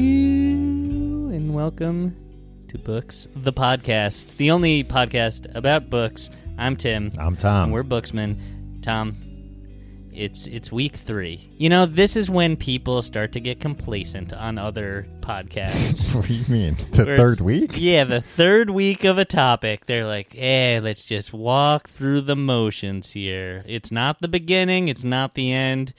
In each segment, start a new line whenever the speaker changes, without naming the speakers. Hello and welcome to Books, the podcast, the only podcast about books. I'm Tim.
I'm Tom.
And we're booksmen. Tom, it's it's week three. You know, this is when people start to get complacent on other podcasts.
what do you mean? The
Where it's-
third week?
yeah, the third week of a topic, they're like, "Eh, let's just walk through the motions here. It's not the beginning. It's not the end."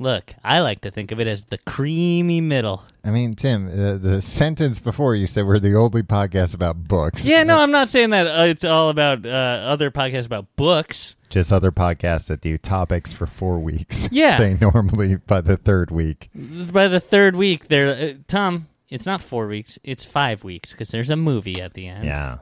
Look, I like to think of it as the creamy middle.
I mean, Tim, uh, the sentence before you said we're the only podcast about books.
Yeah, no, I'm not saying that uh, it's all about uh, other podcasts about books.
Just other podcasts that do topics for four weeks.
Yeah.
they normally by the third week.
By the third week, there, uh, Tom, it's not four weeks, it's five weeks because there's a movie at the end.
Yeah.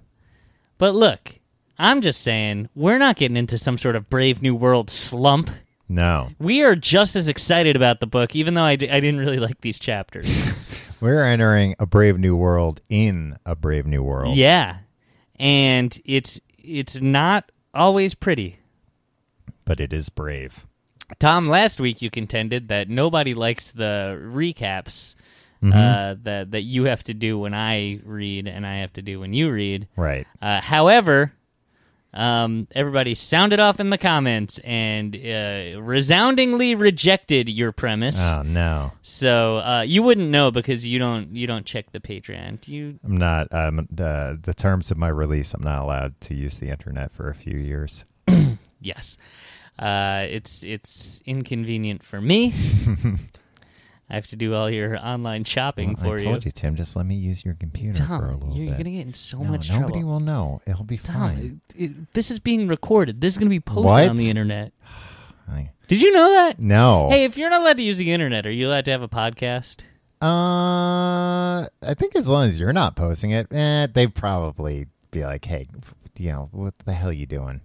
But look, I'm just saying we're not getting into some sort of Brave New World slump.
No,
We are just as excited about the book, even though I d- I didn't really like these chapters.
we're entering a brave new world in a brave new world.
yeah, and it's it's not always pretty.
but it is brave.
Tom, last week you contended that nobody likes the recaps
Mm-hmm.
uh, that that you have to do when I read and I have to do when you read.
Right.
Uh, however, um, everybody sounded off in the comments and uh, resoundingly rejected your premise.
Oh no,
So uh, you wouldn't know because you don't you don't check the Patreon. Do you?
I'm not. Um, the the terms of my release, I'm not allowed to use the internet for a few years.
Yes. Uh, it's it's inconvenient for me. I have to do all your online shopping
Well,
for
I
you.
told you, Tim. Just let me use your computer
Tom,
for a little
you're
bit.
gonna get in so
No,
much
nobody
trouble.
will know. It'll be fine.
Tom, it- it- this is being recorded. This is gonna be posted
What?
on the internet.
I-
Did you know that?
no.
Hey, if you're not allowed to use the internet, are you allowed to have a podcast?
Uh, I think as long as you're not posting it, eh, they'd probably be like, "Hey, f- you know, what the hell you doing?"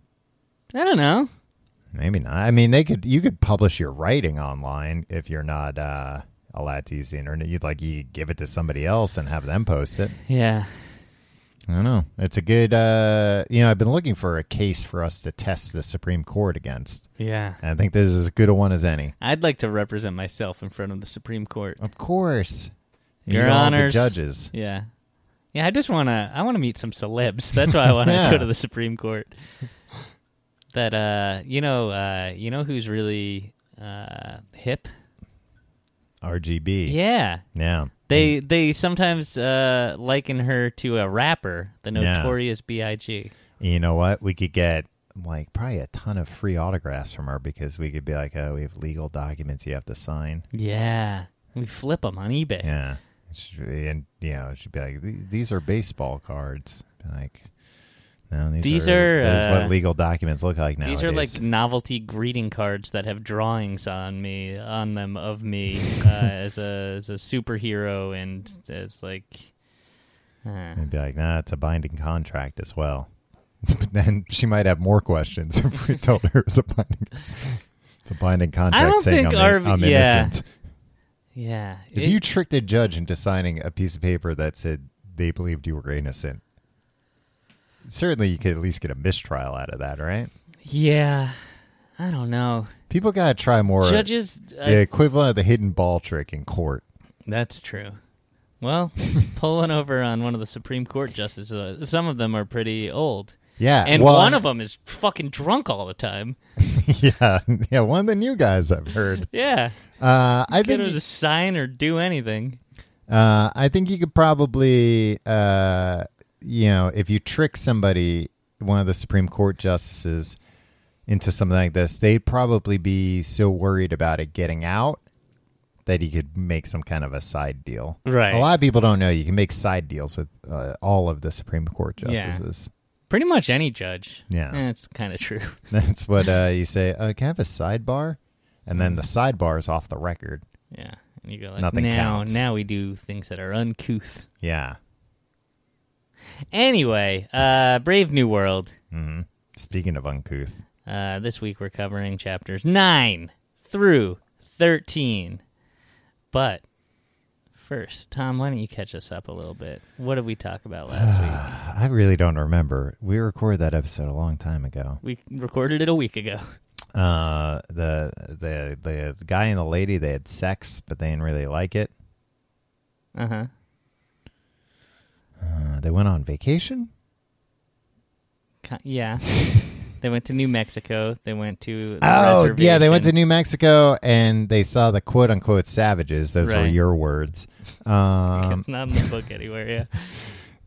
I don't know.
Maybe not. I mean, they could. You could publish your writing online if you're not uh, allowed to use the internet. You'd like you could give it to somebody else and have them post it.
Yeah.
I don't know. It's a good. Uh, you know, I've been looking for a case for us to test the Supreme Court against,
Yeah.
and I think this is as good a one as any.
I'd like to represent myself in front of the Supreme Court.
Of course,
Your
Meet all the
honors.
judges.
Yeah. Yeah, I just want to I want to meet some celebs. That's why I want to
Yeah.
go to the Supreme Court. That uh, you know, uh, you know who's really uh hip?
RGB.
Yeah.
Yeah.
They
Hmm.
they sometimes uh, liken her to a rapper, the
Yeah.
notorious B.I.G.
You know what? We could get like probably a ton of free autographs from her because we could be like, oh, we have legal documents you have to sign.
Yeah, we flip them on eBay.
Yeah. She- And, you know, she'd be like, these these are baseball cards. Be Like, no, these,
These
are,
are,
that's
uh,
what legal documents look like now.
These are like novelty greeting cards that have drawings on me on them of me uh, as a as a superhero and as like. uh,
And be like, nah, it's a binding contract as well. But then she might have more questions if we told her it's a binding, it's a binding contract
don't
saying
think
I'm,
RV
I'm
yeah.
innocent.
Yeah,
If
it-
you tricked a judge into signing a piece of paper that said they believed you were innocent, certainly you could at least get a mistrial out of that, right?
yeah, I don't know.
People got to try more
Judges, I-
the equivalent of the hidden ball trick in court.
That's true. Well, pulling over on one of the Supreme Court justices, uh, some of them are pretty old.
Yeah,
And
well,
one of them is fucking drunk all the time.
yeah, yeah, one of the new guys I've heard.
Yeah.
Uh, I
Get
think
her to sign or do anything.
Uh, I think you could probably, uh, you know, if you trick somebody, one of the Supreme Court justices, into something like this, they'd probably be so worried about it getting out that you could make some kind of a side deal.
Right.
A lot of people don't know you can make side deals with uh, all of the Supreme Court
Yeah.
justices.
Pretty much any judge.
Yeah.
Eh, it's kind of true.
That's what uh, you say. Uh, can I have a sidebar? And then the
Mm.
sidebar is off the record.
Yeah. And you go like,
Nothing
now,
counts."
now we do things that are uncouth.
Yeah.
Anyway, uh, Brave New World.
hmm Speaking of uncouth,
Uh, this week we're covering chapters 9 through 13. But first, Tom, why don't you catch us up a little bit? What did we talk about last week?
I really don't remember. We recorded that episode a long time ago.
We recorded it a week ago.
Uh, the the the guy and the lady they had sex, but they didn't really like it.
Uh huh.
Uh, they went on vacation.
Yeah. they went to New Mexico. They went to. The
Oh, yeah, they went to
reservation.
New Mexico and they saw the quote unquote savages. Those were
Right.
your words. Um,
It's not in the book anywhere. Yeah.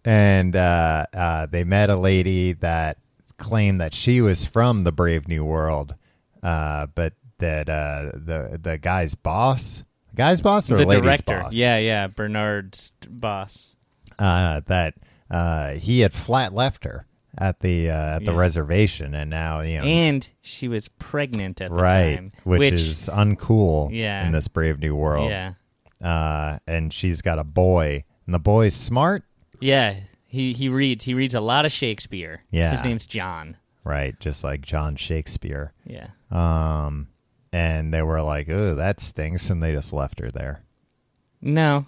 and uh, uh, they met a lady that claimed that she was from the Brave New World, uh, but that uh, the the guy's boss, guy's boss or
The
lady's
director.
boss,
Yeah, yeah. Bernard's boss.
uh, that uh, he had flat left her at the uh, at the
Yeah.
reservation, and now you know.
And she was pregnant at the
Right,
time.
which, is uncool
Yeah.
in this brave new world.
Yeah.
uh, and she's got a boy, and the boy's smart,
Yeah. He, he reads. He reads a lot of Shakespeare.
Yeah.
His name's John.
right? Just like John Shakespeare.
Yeah.
Um, and they were like, "Oh, that stinks," and they just left her there.
No.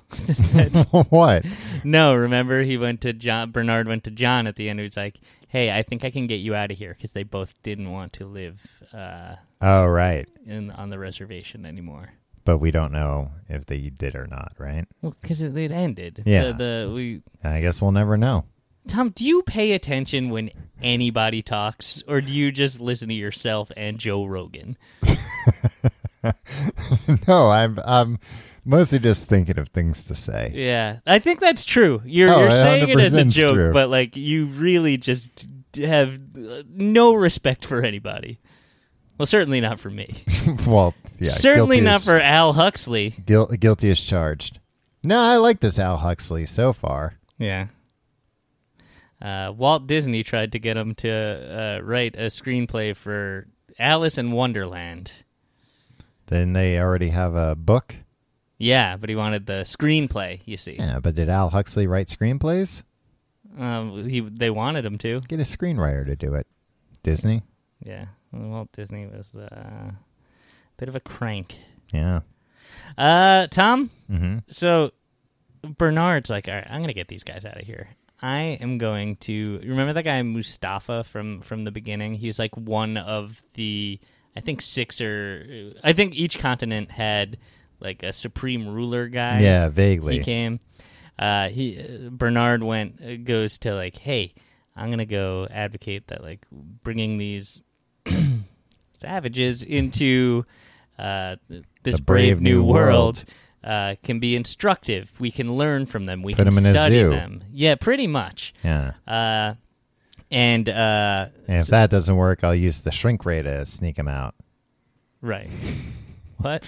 what?
No, remember he went to John. Bernard went to John at the end. He's like, "Hey, I think I can get you out of here because they both didn't want to live uh,
Oh, right.
in on the reservation anymore.
But we don't know if they did or not, right?
Well, because it, it ended. The,
Yeah.
the we
And I guess we'll never know.
Tom, do you pay attention when anybody talks, or do you just listen to yourself and Joe Rogan?
no, I'm I'm mostly just thinking of things to say.
Yeah, I think that's true. You're,
Oh,
you're saying it as a
100% 's
joke,
true.
but like you really just d- have uh, no respect for anybody. Well, certainly not for me.
well, yeah,
Certainly
guilty
not
as-
for Al Huxley.
guil- guilty as charged. No, I like this Al Huxley so far.
Yeah. Uh, Walt Disney tried to get him to uh, write a screenplay for Alice in Wonderland.
Then they already have a book.
Yeah, but he wanted the screenplay. You see,
Yeah, but did Al Huxley write screenplays?
um, he they wanted him to.
Get a screenwriter to do it. Disney.
Yeah, Walt Disney was uh, a bit of a crank.
Yeah.
Uh, Tom.
hmm
So Bernard's like, all right, I'm gonna get these guys out of here. I am going to remember that guy Mustafa from from the beginning. He was like one of the I think six or I think each continent had like a supreme ruler guy.
Yeah, vaguely.
he came. Uh, he uh, Bernard went uh, goes to like, hey, I'm gonna go advocate that like bringing these savages into uh, th- this
The brave new world.
uh, can be instructive. We can learn from them. We
Put
can
'em in a
study
zoo.
them. Yeah, pretty much.
Yeah.
Uh, and uh,
And if
so-
that doesn't work, I'll use the shrink ray to sneak him out.
right, what?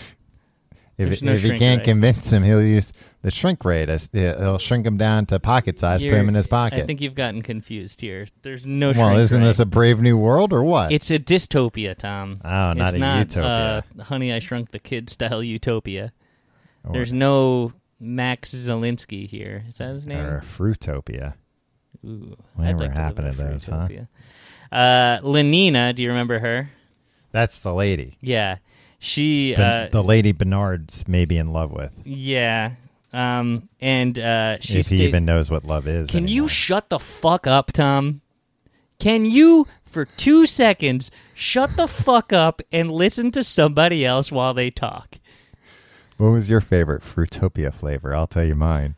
If,
There's no
if he
shrink
can't
ray.
convince him, he'll use the shrink ray to he'll shrink him down to pocket size, put
You're-
him in his pocket.
I think you've gotten confused here. There's no.
well,
shrink
isn't
ray.
this a brave new world or what?
It's a dystopia, Tom.
Oh, not
it's
a
not,
utopia.
Uh, Honey, I Shrunk the Kid style utopia.
Or-
There's no Max Zelinsky here. Is that his name?
or Fruitopia.
Ooh,
Whatever
I'd like to live
happened
in
to
a
those, huh?
Fruitopia. Uh, Lenina, do you remember her?
That's the lady.
Yeah, she. Uh,
Ben- the lady Bernard's maybe in love with.
yeah, um, and uh, she.
if
stayed-
he even knows what love is.
Can you
anymore.
shut the fuck up, Tom? Can you, for two seconds, shut the fuck up and listen to somebody else while they talk?
What was your favorite Fruitopia flavor? I'll tell you mine.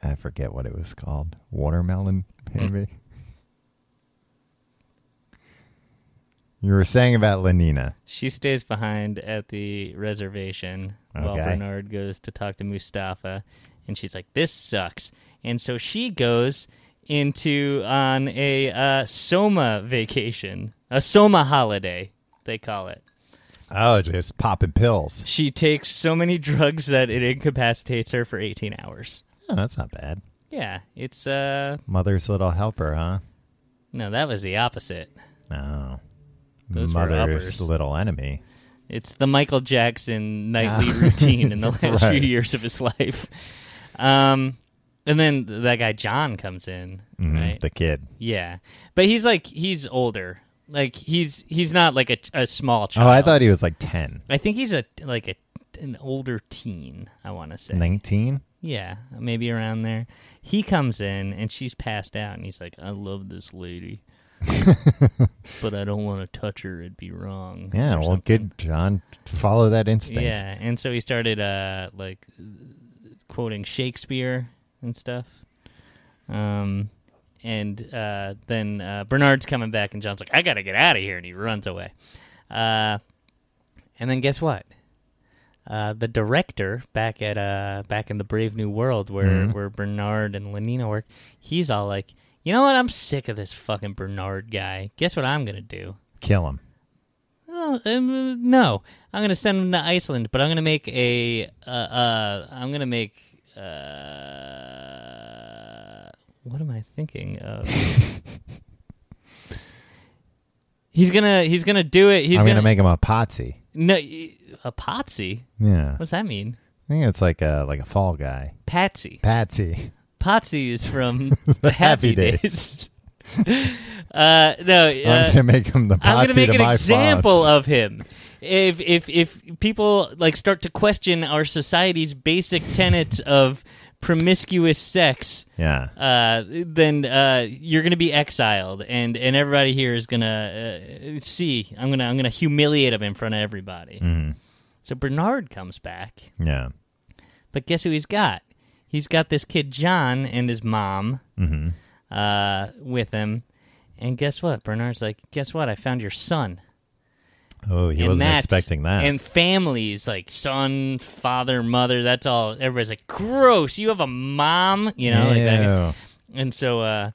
I forget what it was called. Watermelon, maybe. you were saying about Lenina.
She stays behind at the reservation while
Okay.
Bernard goes to talk to Mustafa, and she's like, "This sucks," and so she goes into on a uh, Soma vacation, a Soma holiday, they call it.
Oh, just popping pills.
She takes so many drugs that it incapacitates her for eighteen hours.
Oh, that's not bad.
Yeah, it's uh,
Mother's little helper, huh?
no, that was the opposite.
Oh.
Those were
Mother's
uppers.
little enemy.
It's the Michael Jackson nightly routine in the last
Ah. Right.
few years of his life. Um, and then that guy John comes in,
Mhm,
right?
The kid.
yeah, but he's like he's older. Like he's he's not like a, a small
Oh,
child.
I thought he was like 10.
I think he's a like a an older teen. I want to say
19?
yeah, maybe around there. He comes in and she's passed out, and he's like, "I love this lady." but I don't want to touch her; it'd be wrong.
Yeah,
or
well,
something.
good, John. Follow that instinct.
Yeah, and so he started uh like quoting Shakespeare and stuff. Um, and uh, then uh, Bernard's coming back, and John's like, "I gotta get out of here," and he runs away. Uh, and then guess what? Uh, the director back at uh back in the Brave New World where
Mhm.
where Bernard and Lenina work, he's all like, "You know what? I'm sick of this fucking Bernard guy. Guess what I'm gonna do."
Kill him.
Oh, um, no, I'm gonna send him to Iceland, but I'm gonna make a uh, uh I'm gonna make uh what am I thinking of? he's gonna he's gonna do it. He's
I'm
gonna,
going to make him a potsy.
no y- a potsy.
Yeah.
What's that mean?
I think it's like a like a fall guy.
Patsy.
Patsy.
Potsy is from the Happy
Happy Days.
Days. uh no.
I'm
Uh,
going to make him the potsy
I'm going to make
to
an
my
example
fonts.
of him. If if if people like start to question our society's basic tenets of promiscuous sex,
Yeah.
uh, then uh, you're going to be exiled, and and everybody here is going to uh, see. I'm gonna I'm gonna humiliate him in front of everybody.
Mhm.
So Bernard comes back,
Yeah.
but guess who he's got? He's got this kid John and his mom
hmm
uh, with him. And guess what? Bernard's like, guess what? I found your son.
Oh, he
and
wasn't
that's-
expecting that.
And families like son, father, mother. That's all. Everybody's like, gross. You have a mom, you know. Like that. And so uh,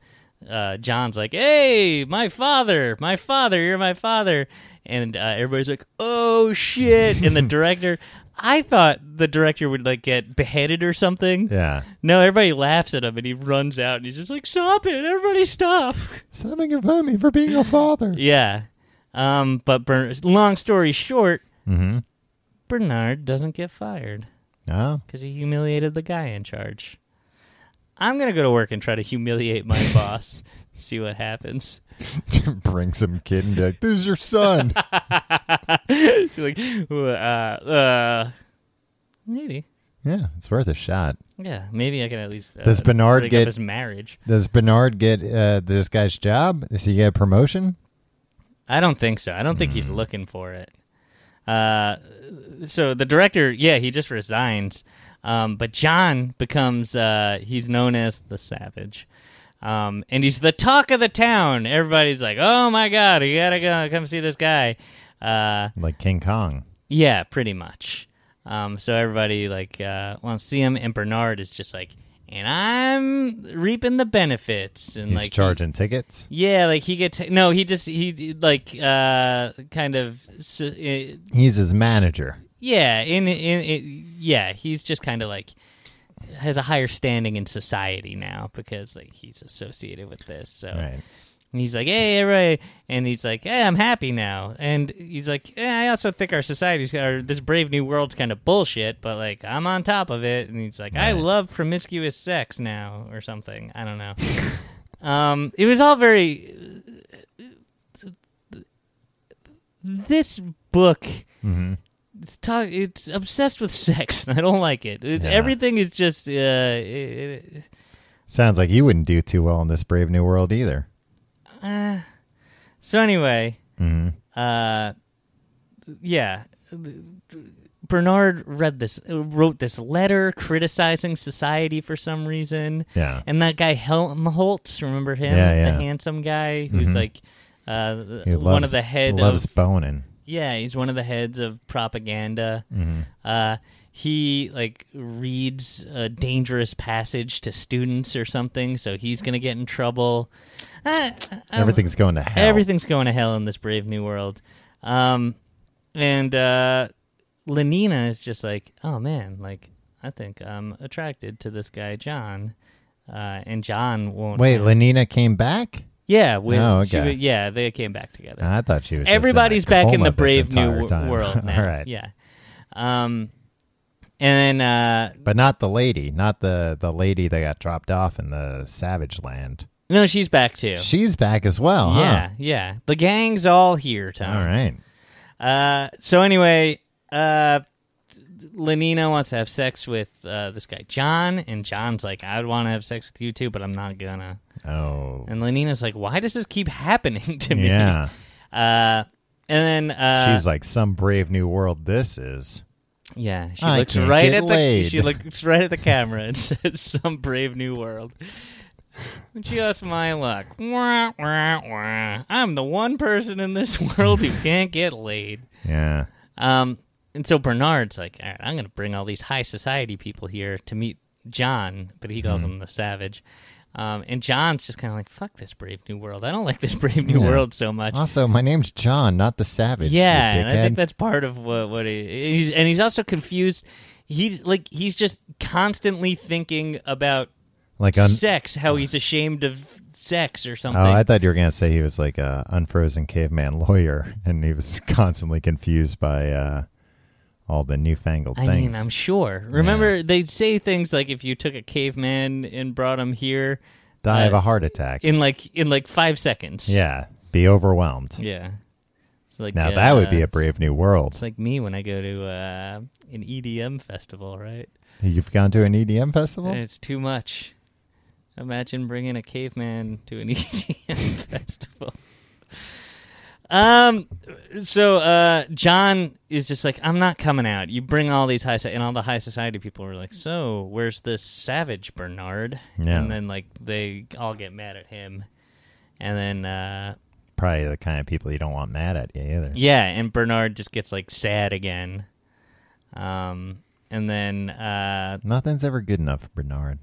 uh, John's like, hey, my father, my father, you're my father. And uh, everybody's like, oh shit. And the director, I thought the director would like get beheaded or something.
Ew. Yeah.
No, everybody laughs at him, and he runs out, and he's just like, stop it, everybody, stop.
Stop making fun of me for being a father.
yeah. Um, but Bern- long story short.
mm-hmm.
Bernard doesn't get fired
Oh.
because he humiliated the guy in charge. I'm going to go to work and try to humiliate my boss, see what happens.
Bring some kid and be like, this is your son.
Be like, "Uh, uh, maybe.
yeah, it's worth a shot.
Yeah, maybe I can at least. Uh,
Does Bernard
break
get-
up his marriage?
Does Bernard get uh, this guy's job? Does he get a promotion?
I don't think so. I don't think
Hmm.
he's looking for it. Uh, so the director, yeah, he just resigns. Um, but John becomes, uh, he's known as the Savage. Um, and he's the talk of the town. Everybody's like, oh my God, you gotta go come see this guy. Uh,
Like King Kong.
yeah, pretty much. Um, so everybody like uh, wants to see him, and Bernard is just like, and I'm reaping the benefits, and
He's
like he-
charging tickets.
yeah, like he gets no. He just he like uh kind of s- uh,
He's his manager.
yeah in in it, yeah he's just kind of like has a higher standing in society now because like he's associated with this. So
Right.
and he's like, hey, everybody, and he's like, hey, I'm happy now. And he's like, eh, I also think our society's or this brave new world's kind of bullshit, but like I'm on top of it. And he's like, I
Right.
love promiscuous sex now or something. I don't know. um, it was all very. This book
Mm-hmm.
it's talk it's obsessed with sex and i don't like it, It-
Yeah.
everything is just uh, it,
Sounds like you wouldn't do too well in this Brave New World either.
uh, so anyway
hmm
uh, yeah. Bernard read this, wrote this letter criticizing society for some reason,
Yeah.
and that guy Helmholtz, remember him,
Yeah, yeah.
the handsome guy who's
Mhm.
like uh, one
He
of
loves-
the head
loves
of
boning. Mm-hmm.
yeah, he's one of the heads of propaganda. Uh, he like reads a dangerous passage to students or something, so he's gonna get in trouble. Uh, I-
Everything's going to hell.
Everything's going to hell in this brave new world. Um, and uh, Lenina is just like, oh man, like I think I'm attracted to this guy John, uh, and John won't.
Wait, Lenina came back?
yeah, when
Oh,
she
okay.
wa- yeah, they came back together.
I thought she was. just in a
Everybody's back in
coma
the
this
brave new
entire
wo-
time.
world now.
All right,
Yeah. Um, and then uh,
but not the lady, not the the lady that got dropped off in the Savage Land.
no, she's back too.
She's back as well. huh?
yeah, yeah. The gang's all here, Tom.
All right.
Uh, so anyway, uh, Lenina wants to have sex with uh, this guy John, and John's like, "I'd want to have sex with you too, but I'm not gonna."
Oh.
And Lenina's like, "Why does this keep happening to me?"
Yeah.
Uh, and then uh,
She's like some brave new world. This is.
Yeah, she
I
looks
can't
right
get
at the
laid.
she looks right at the camera and says, "Some brave new world." Just my luck. Wah, wah, wah. I'm the one person in this world who can't get laid.
Yeah.
Um, and so Bernard's like, all right, I'm going to bring all these high society people here to meet John, but he calls
Hmm.
him the savage. Um, and John's just kind of like, fuck this Brave New World. I don't like this Brave New
Yeah.
World so much.
Also, my name's John, not the Savage. you
yeah, and I
dickhead.
think that's part of what what he, he's and he's also confused. He's like he's just constantly thinking about
like un-
sex, how he's ashamed of sex or something.
Oh, I thought you were gonna say he was like a unfrozen caveman lawyer, and he was constantly confused by uh, all the newfangled
I
things.
mean, I'm sure. Remember, they'd say things like if you took a caveman and brought him here,
Die of
uh,
a heart attack.
in like in like five seconds.
yeah, be overwhelmed.
yeah. It's like
Now
uh,
that would be a
it's-
brave new world.
It's like me when I go to uh, an EDM festival, right?
You've gone to an EDM festival.
It's too much. Imagine bringing a caveman to an EDM festival. Um, so uh, John is just like, I'm not coming out. You bring all these high society, and all the high society people are like, so where's this savage Bernard?
Yeah.
And then like they all get mad at him, and then uh,
Probably the kind of people you don't want mad at you either.
yeah, and Bernard just gets like sad again. Um, and then uh,
Nothing's ever good enough for Bernard.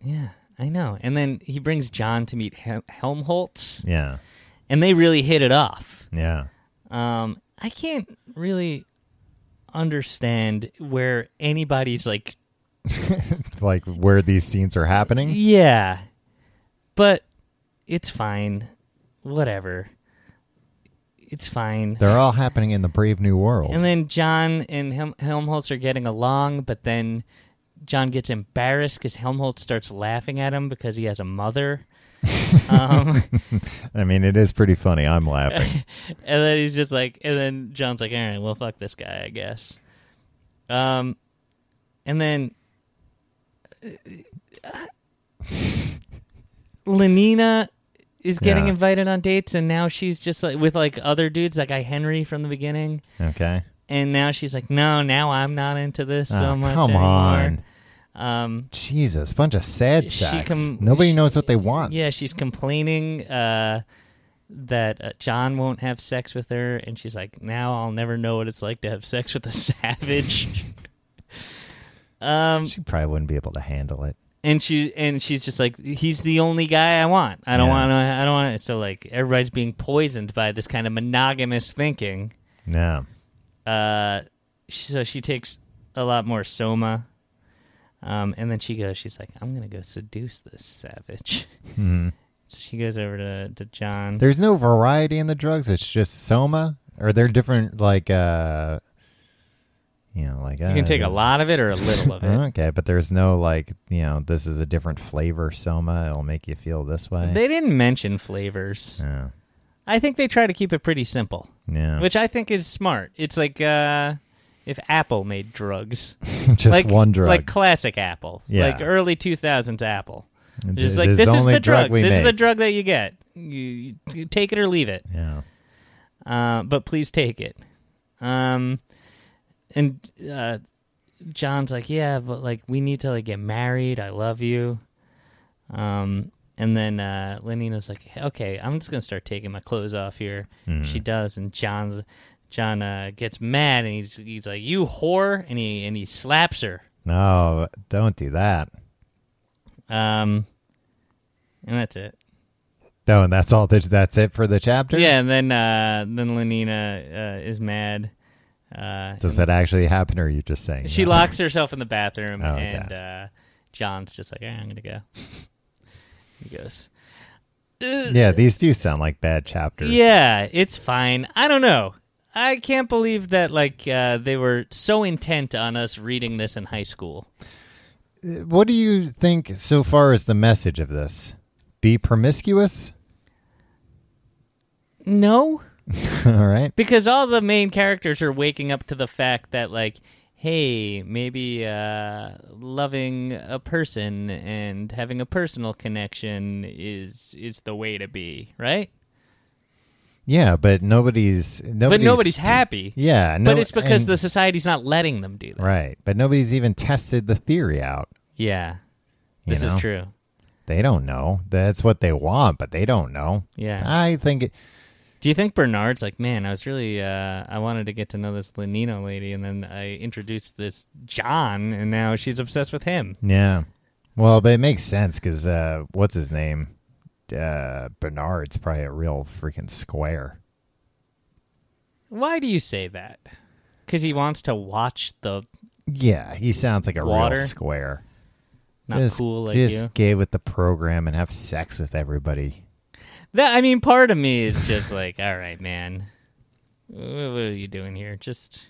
yeah, I know. And then he brings John to meet Hel- Helmholtz,
Yeah,
and they really hit it off.
yeah.
Um, I can't really understand where anybody's like,
like where these scenes are happening.
yeah, but it's fine, whatever. It's fine.
They're all happening in the brave new world.
And then John and Hel- Helmholtz are getting along, but then John gets embarrassed because Helmholtz starts laughing at him because he has a mother. um,
I mean, it is pretty funny. I'm laughing.
and then he's just like, and then John's like, all right, well, fuck this guy, I guess. Um, and then uh, Lenina is getting
Yeah.
invited on dates, and now she's just like with like other dudes, that guy Henry from the beginning.
Okay.
and now she's like, no, now I'm not into this so
Oh,
much.
come
anymore."
on.
Um,
Jesus, bunch of sad
She
sacks.
com-
Nobody
she-
knows what they want.
yeah, she's complaining uh, that uh, John won't have sex with her, and she's like, now I'll never know what it's like to have sex with a savage. um,
She probably wouldn't be able to handle it.
and she and she's just like, he's the only guy I want. I don't
Yeah.
want to. I don't want. to. So like, everybody's being poisoned by this kind of monogamous thinking.
No.
uh, she, so she takes a lot more soma, um, and then she goes. She's like, "I'm gonna go seduce this savage."
Hmm.
So she goes over to to John.
There's no variety in the drugs. It's just soma. Or they're different, like, uh, you know, like. uh,
you can take a lot of it or a little of it.
Okay, but there's no, like, you know, this is a different flavor soma. It'll make you feel this way.
They didn't mention flavors.
yeah.
I think they try to keep it pretty simple,
Yeah.
which I think is smart. It's like uh, if Apple made drugs,
just
like
one drug.
like classic Apple,
Yeah.
like early two thousands Apple.
It
Just
is
like this is
only
the drug.
we
This is
make.
the drug that you get. You, you take it or leave it.
Yeah.
uh, but please take it. Um, and uh, John's like, yeah, but like we need to like get married. I love you. Um, and then uh, Lenina's like, okay, I'm just gonna start taking my clothes off here.
Mhm.
She does, and John's John uh, gets mad, and he's he's like, you whore, and he and he slaps her.
No, don't do that.
Um, and that's it.
No, and that's all. The, that's it for the chapter.
Yeah, and then uh, then Lenina uh, is mad. Uh,
Does that actually happen, or are you just saying
She
that?
locks herself in the bathroom,
Oh, okay.
and uh, John's just like, "Eh, "I'm gonna go." he goes, "Ugh."
Yeah, these do sound like bad chapters.
"Yeah, it's fine." I don't know. I can't believe that like uh, they were so intent on us reading this in high school.
What do you think so far is the message of this? Be promiscuous.
No,
all right.
because all the main characters are waking up to the fact that like. Hey, maybe uh, loving a person and having a personal connection is is the way to be, right?
Yeah, but nobody's nobody's
but nobody's happy.
Yeah, no,
but it's because
and-
the society's not letting them do that.
right, but nobody's even tested the theory out.
Yeah,
you
this
know?
is true.
They don't know. That's what they want, but they don't know.
Yeah.
I think it,
Do you think Bernard's like, man, I was really, uh, I wanted to get to know this Lenino lady, and then I introduced this John, and now she's obsessed with him.
yeah. Well, but it makes sense because uh, what's his name? Uh, Bernard's probably a real freaking square.
Why do you say that? Because he wants to watch the
Yeah, he sounds like a
Water?
real square.
not
just,
cool like
just
you.
get with the program and have sex with everybody.
That I mean, part of me is just like, all right, man, wh- what are you doing here? Just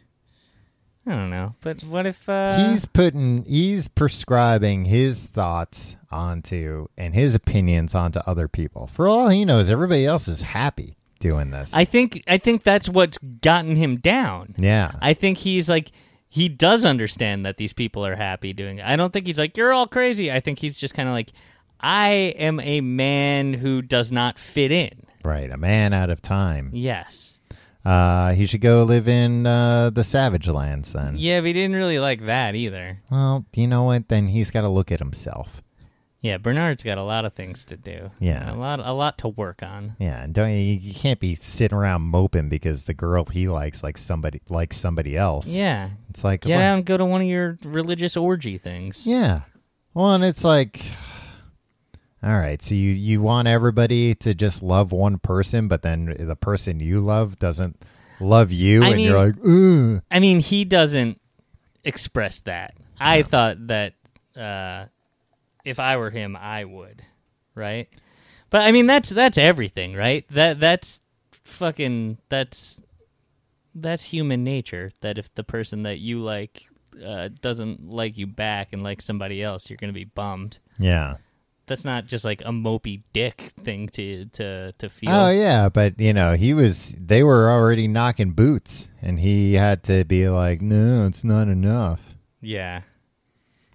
I don't know. But what if uh,
he's putting he's prescribing his thoughts onto and his opinions onto other people. For all he knows, everybody else is happy doing this.
I think I think that's what's gotten him down.
yeah.
I think he's like he does understand that these people are happy doing it. I don't think he's like you're all crazy. I think he's just kind of like I am a man who does not fit in.
right. A man out of time.
Yes.
Uh he should go live in uh the savage lands then.
Yeah, but he didn't really like that either.
Well, you know what? Then he's gotta look at himself.
Yeah, Bernard's got a lot of things to do. A
Yeah.
lot a lot to work on.
Yeah, and don't you, you can't be sitting around moping because the girl he likes like somebody likes somebody else.
Yeah.
It's like
Get
what-
out and go to one of your religious orgy things.
Yeah. Well, and it's like, all right, so you you want everybody to just love one person, but then the person you love doesn't love you,
I
and you're like, ooh,
I mean, he doesn't express that. I thought that uh, if I were him, I would, right? But I mean, that's that's everything, right? That that's fucking that's that's human nature. That if the person that you like uh, doesn't like you back and like somebody else, you're gonna be bummed.
yeah.
That's not just like a mopey dick thing to to to feel.
Oh yeah, but you know he was. They were already knocking boots, and he had to be like, "No, it's not enough.
yeah.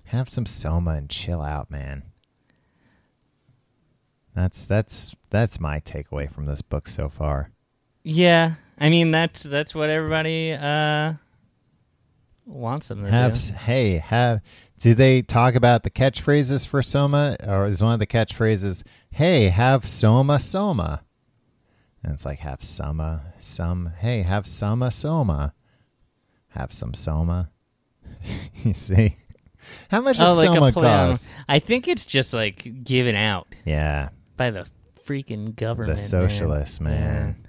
Have some soma and chill out, man." That's that's that's my takeaway from this book so far.
Yeah, I mean that's that's what everybody uh wants them to
Have
do.
s hey have do they talk about the catchphrases for soma or is one of the catchphrases hey have soma soma and it's like have soma some hey have soma soma have some soma you see how much
Oh,
does
like
soma
a play on.
cost
I think it's just like given out
yeah
by the freaking government.
the socialists
man.
man,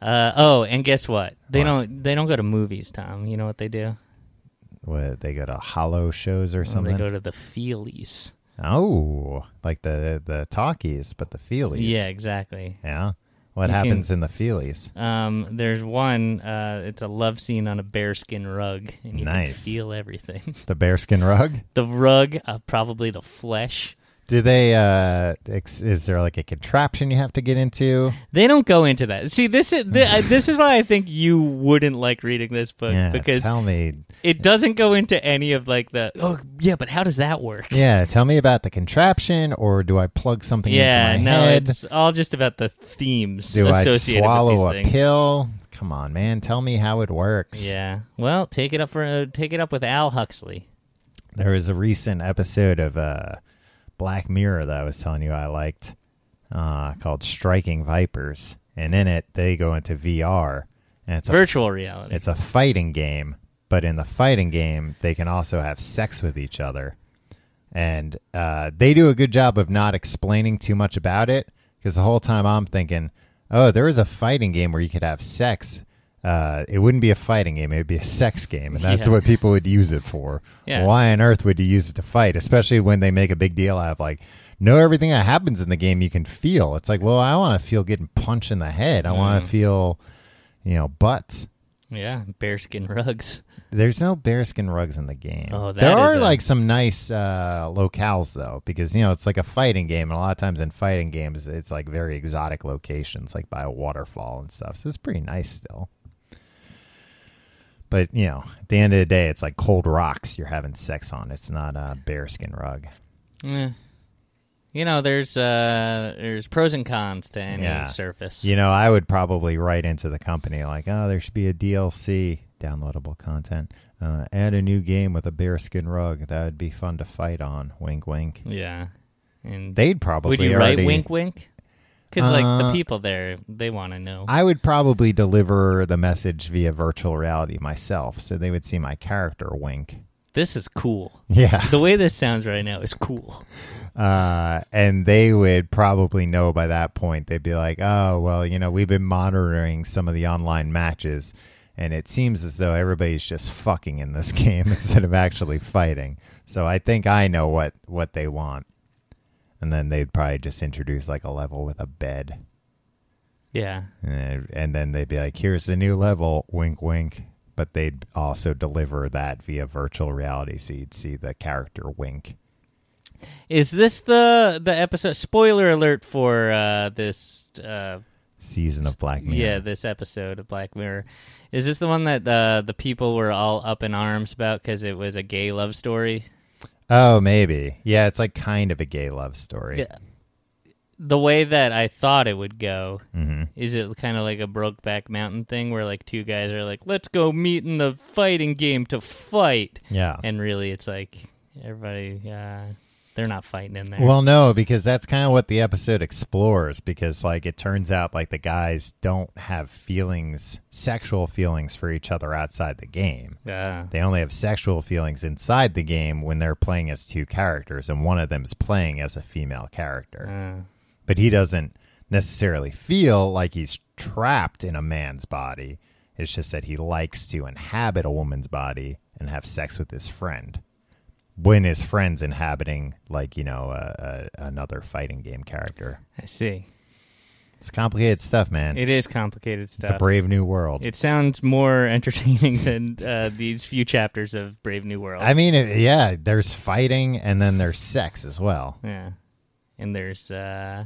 Yeah. Uh, oh, and guess what? They
What?
don't. They don't go to movies, Tom. You know what they do?
What they go to hollow shows or
Oh, They
something?
go to the feelies.
oh, like the the talkies, but the feelies.
Yeah, exactly.
yeah. What
You can-
happens in the feelies?
Um, there's one. Uh, it's a love scene on a bearskin rug, and you
Nice.
can feel everything.
The bearskin rug.
the rug, uh, probably the flesh.
Do they? Uh, ex- is there like a contraption you have to get into?
They don't go into that. See, this is th- uh, this is why I think you wouldn't like reading this book
yeah,
because
tell me.
it doesn't go into any of like the oh yeah, but how does that work?
Yeah, tell me about the contraption, or do I plug something
Yeah,
into my
no,
head?
it's all just about the themes
Do I
associated with
swallow
these
a
things.
pill? Come on, man, tell me how it works.
Yeah, well, take it up for uh, take it up with Al Huxley.
There was a recent episode of uh, Black Mirror that I was telling you I liked, uh, called "Striking Vipers," and in it they go into VR, and it's a
Virtual reality.
It's a fighting game, but in the fighting game, they can also have sex with each other. And uh, they do a good job of not explaining too much about it because the whole time I'm thinking, oh, there is a fighting game where you could have sex. Uh, it wouldn't be a fighting game; it would be a sex game, and that's
Yeah.
what people would use it for.
Yeah.
Why on earth would you use it to fight? Especially when they make a big deal out of like, know everything that happens in the game you can feel. It's like, well, I want to feel getting punched in the head. I
Mm.
want to feel, you know, butts.
Yeah, bearskin rugs.
There's no bearskin rugs in the game.
Oh, that
there are
is a-
like some nice uh, locales though, because you know it's like a fighting game, and a lot of times in fighting games, it's like very exotic locations, like by a waterfall and stuff. So it's pretty nice still. But you know, at the end of the day, it's like cold rocks you're having sex on. It's not a bearskin rug.
Yeah. You know, there's uh, there's pros and cons to any
Yeah.
surface.
You know, I would probably write into the company like, "Oh, there should be a DLC, downloadable content. Uh, add a new game with a bearskin rug. That would be fun to fight on." Wink, wink.
Yeah. And
They'd probably
would you
already,
write wink wink? Because like the
Uh,
people there, they want to know.
I would probably deliver the message via virtual reality myself, so they would see my character wink.
this is cool.
Yeah.
The way this sounds right now is cool.
Uh, and they would probably know by that point. They'd be like, oh, well, you know, we've been monitoring some of the online matches, and it seems as though everybody's just fucking in this game instead of actually fighting. So I think I know what, what they want. And then they'd probably just introduce like a level with a bed.
Yeah.
And and then they'd be like, here's the new level, wink, wink. But they'd also deliver that via virtual reality. So you'd see the character wink.
Is this the the episode? Spoiler alert for uh, this. Uh,
Season of Black Mirror.
yeah, this episode of Black Mirror. Is this the one that uh, the people were all up in arms about because it was a gay love story?
Oh, maybe. Yeah, it's like kind of a gay love story.
Yeah. The way that I thought it would go
hmm
is it kind of like a Brokeback Mountain thing where like two guys are like, "Let's go meet in the fighting game to fight,"
Yeah.
and really it's like everybody uh, they're not fighting in there.
Well, no, because that's kind of what the episode explores. Because like it turns out, like the guys don't have feelings, sexual feelings for each other outside the game.
Ah.
They only have sexual feelings inside the game when they're playing as two characters, and one of them's playing as a female character.
Ah.
but he doesn't necessarily feel like he's trapped in a man's body. It's just that he likes to inhabit a woman's body and have sex with his friend when his friend's inhabiting, like, you know, a, a, another fighting game character.
I see.
It's complicated stuff, man.
It is complicated
it's a
stuff.
brave new world.
It sounds more entertaining than uh, these few chapters of Brave New World.
I mean, it, yeah, there's fighting and then there's sex as well.
yeah, and there's uh,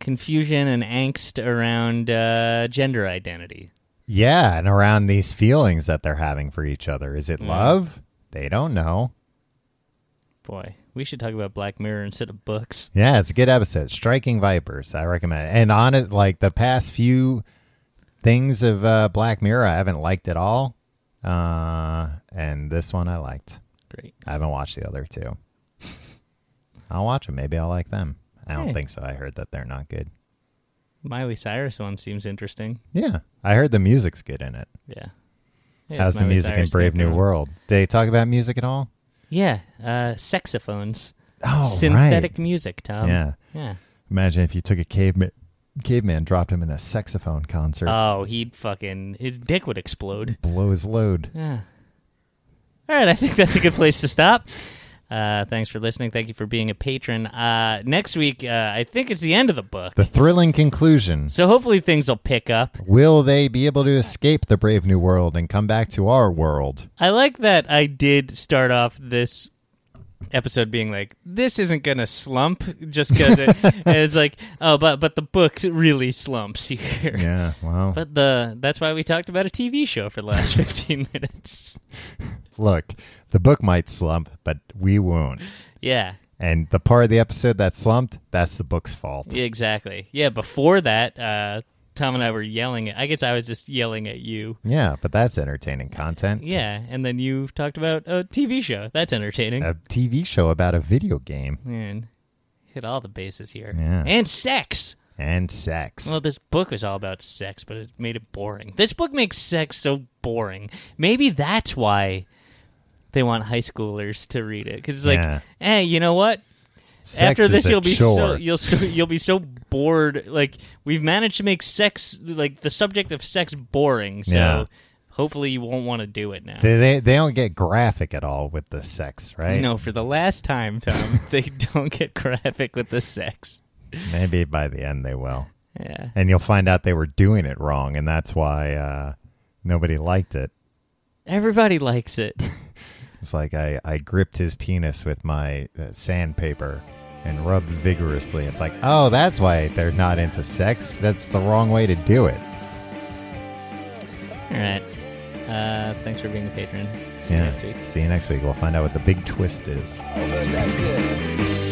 confusion and angst around uh, gender identity.
Yeah, and around these feelings that they're having for each other. Is it
Mm.
love? They don't know.
Boy, we should talk about Black Mirror instead of books.
Yeah, it's a good episode. Striking Vipers, I recommend. it. And on it, like the past few things of uh, Black Mirror, I haven't liked at all. Uh, and this one I liked.
Great.
I haven't watched the other two. I'll watch them. Maybe I'll like them. I don't
Hey.
think so. I heard that they're not good.
Miley Cyrus one seems interesting.
Yeah, I heard the music's good in it.
Yeah. Yeah,
How's the
Miley
music in
Cyrus
Brave
did
New
that.
World? Did they talk about music at all?
Yeah, uh, saxophones,
Oh,
synthetic music,
Right.
Tom.
Yeah.
Yeah.
Imagine if you took a caveman, caveman, dropped him in a saxophone concert,
Oh, he'd fucking his dick would explode.
blow his load.
Yeah. All right, I think that's a good place to stop. Uh, thanks for listening. Thank you for being a patron. Uh, next week, uh, I think it's the end of the book,
The thrilling conclusion.
so hopefully things will pick up.
Will they be able to escape the brave new world and come back to our world?
I like that I did start off this episode being like, "This isn't gonna slump," just because it, and it's like, oh, but but the book really slumps here.
Yeah, well,
But the that's why we talked about a TV show for the last fifteen minutes.
look, the book might slump, but we won't.
Yeah.
And the part of the episode that slumped, that's the book's fault.
Yeah, exactly. Yeah, before that, uh, Tom and I were yelling. At, I guess I was just yelling at you.
Yeah, but that's entertaining content.
Yeah, and then you talked about a TV show. That's entertaining.
A TV show about a video game
Man, hit all the bases here.
Yeah.
And sex.
and sex.
Well, this book was all about sex, but it made it boring. This book makes sex so boring. Maybe that's why they want high schoolers to read it because it's like,
Yeah.
hey, you know what?
Sex
After
is
this,
a
you'll be so
chore.
you'll so, you'll be so bored. Like we've managed to make sex like the subject of sex boring. So
Yeah.
hopefully you won't want to do it now.
They, they, they don't get graphic at all with the sex, right?
No, for the last time, Tom, they don't get graphic with the sex.
Maybe by the end they will.
Yeah,
And you'll find out they were doing it wrong, and that's why uh, nobody liked it.
everybody likes it.
It's like I, I gripped his penis with my uh, sandpaper and rubbed vigorously. It's like, oh, that's why they're not into sex. That's the wrong way to do it.
All right. Uh, thanks for being a patron. See you next week.
See you next week. We'll find out what the big twist is.
That's it.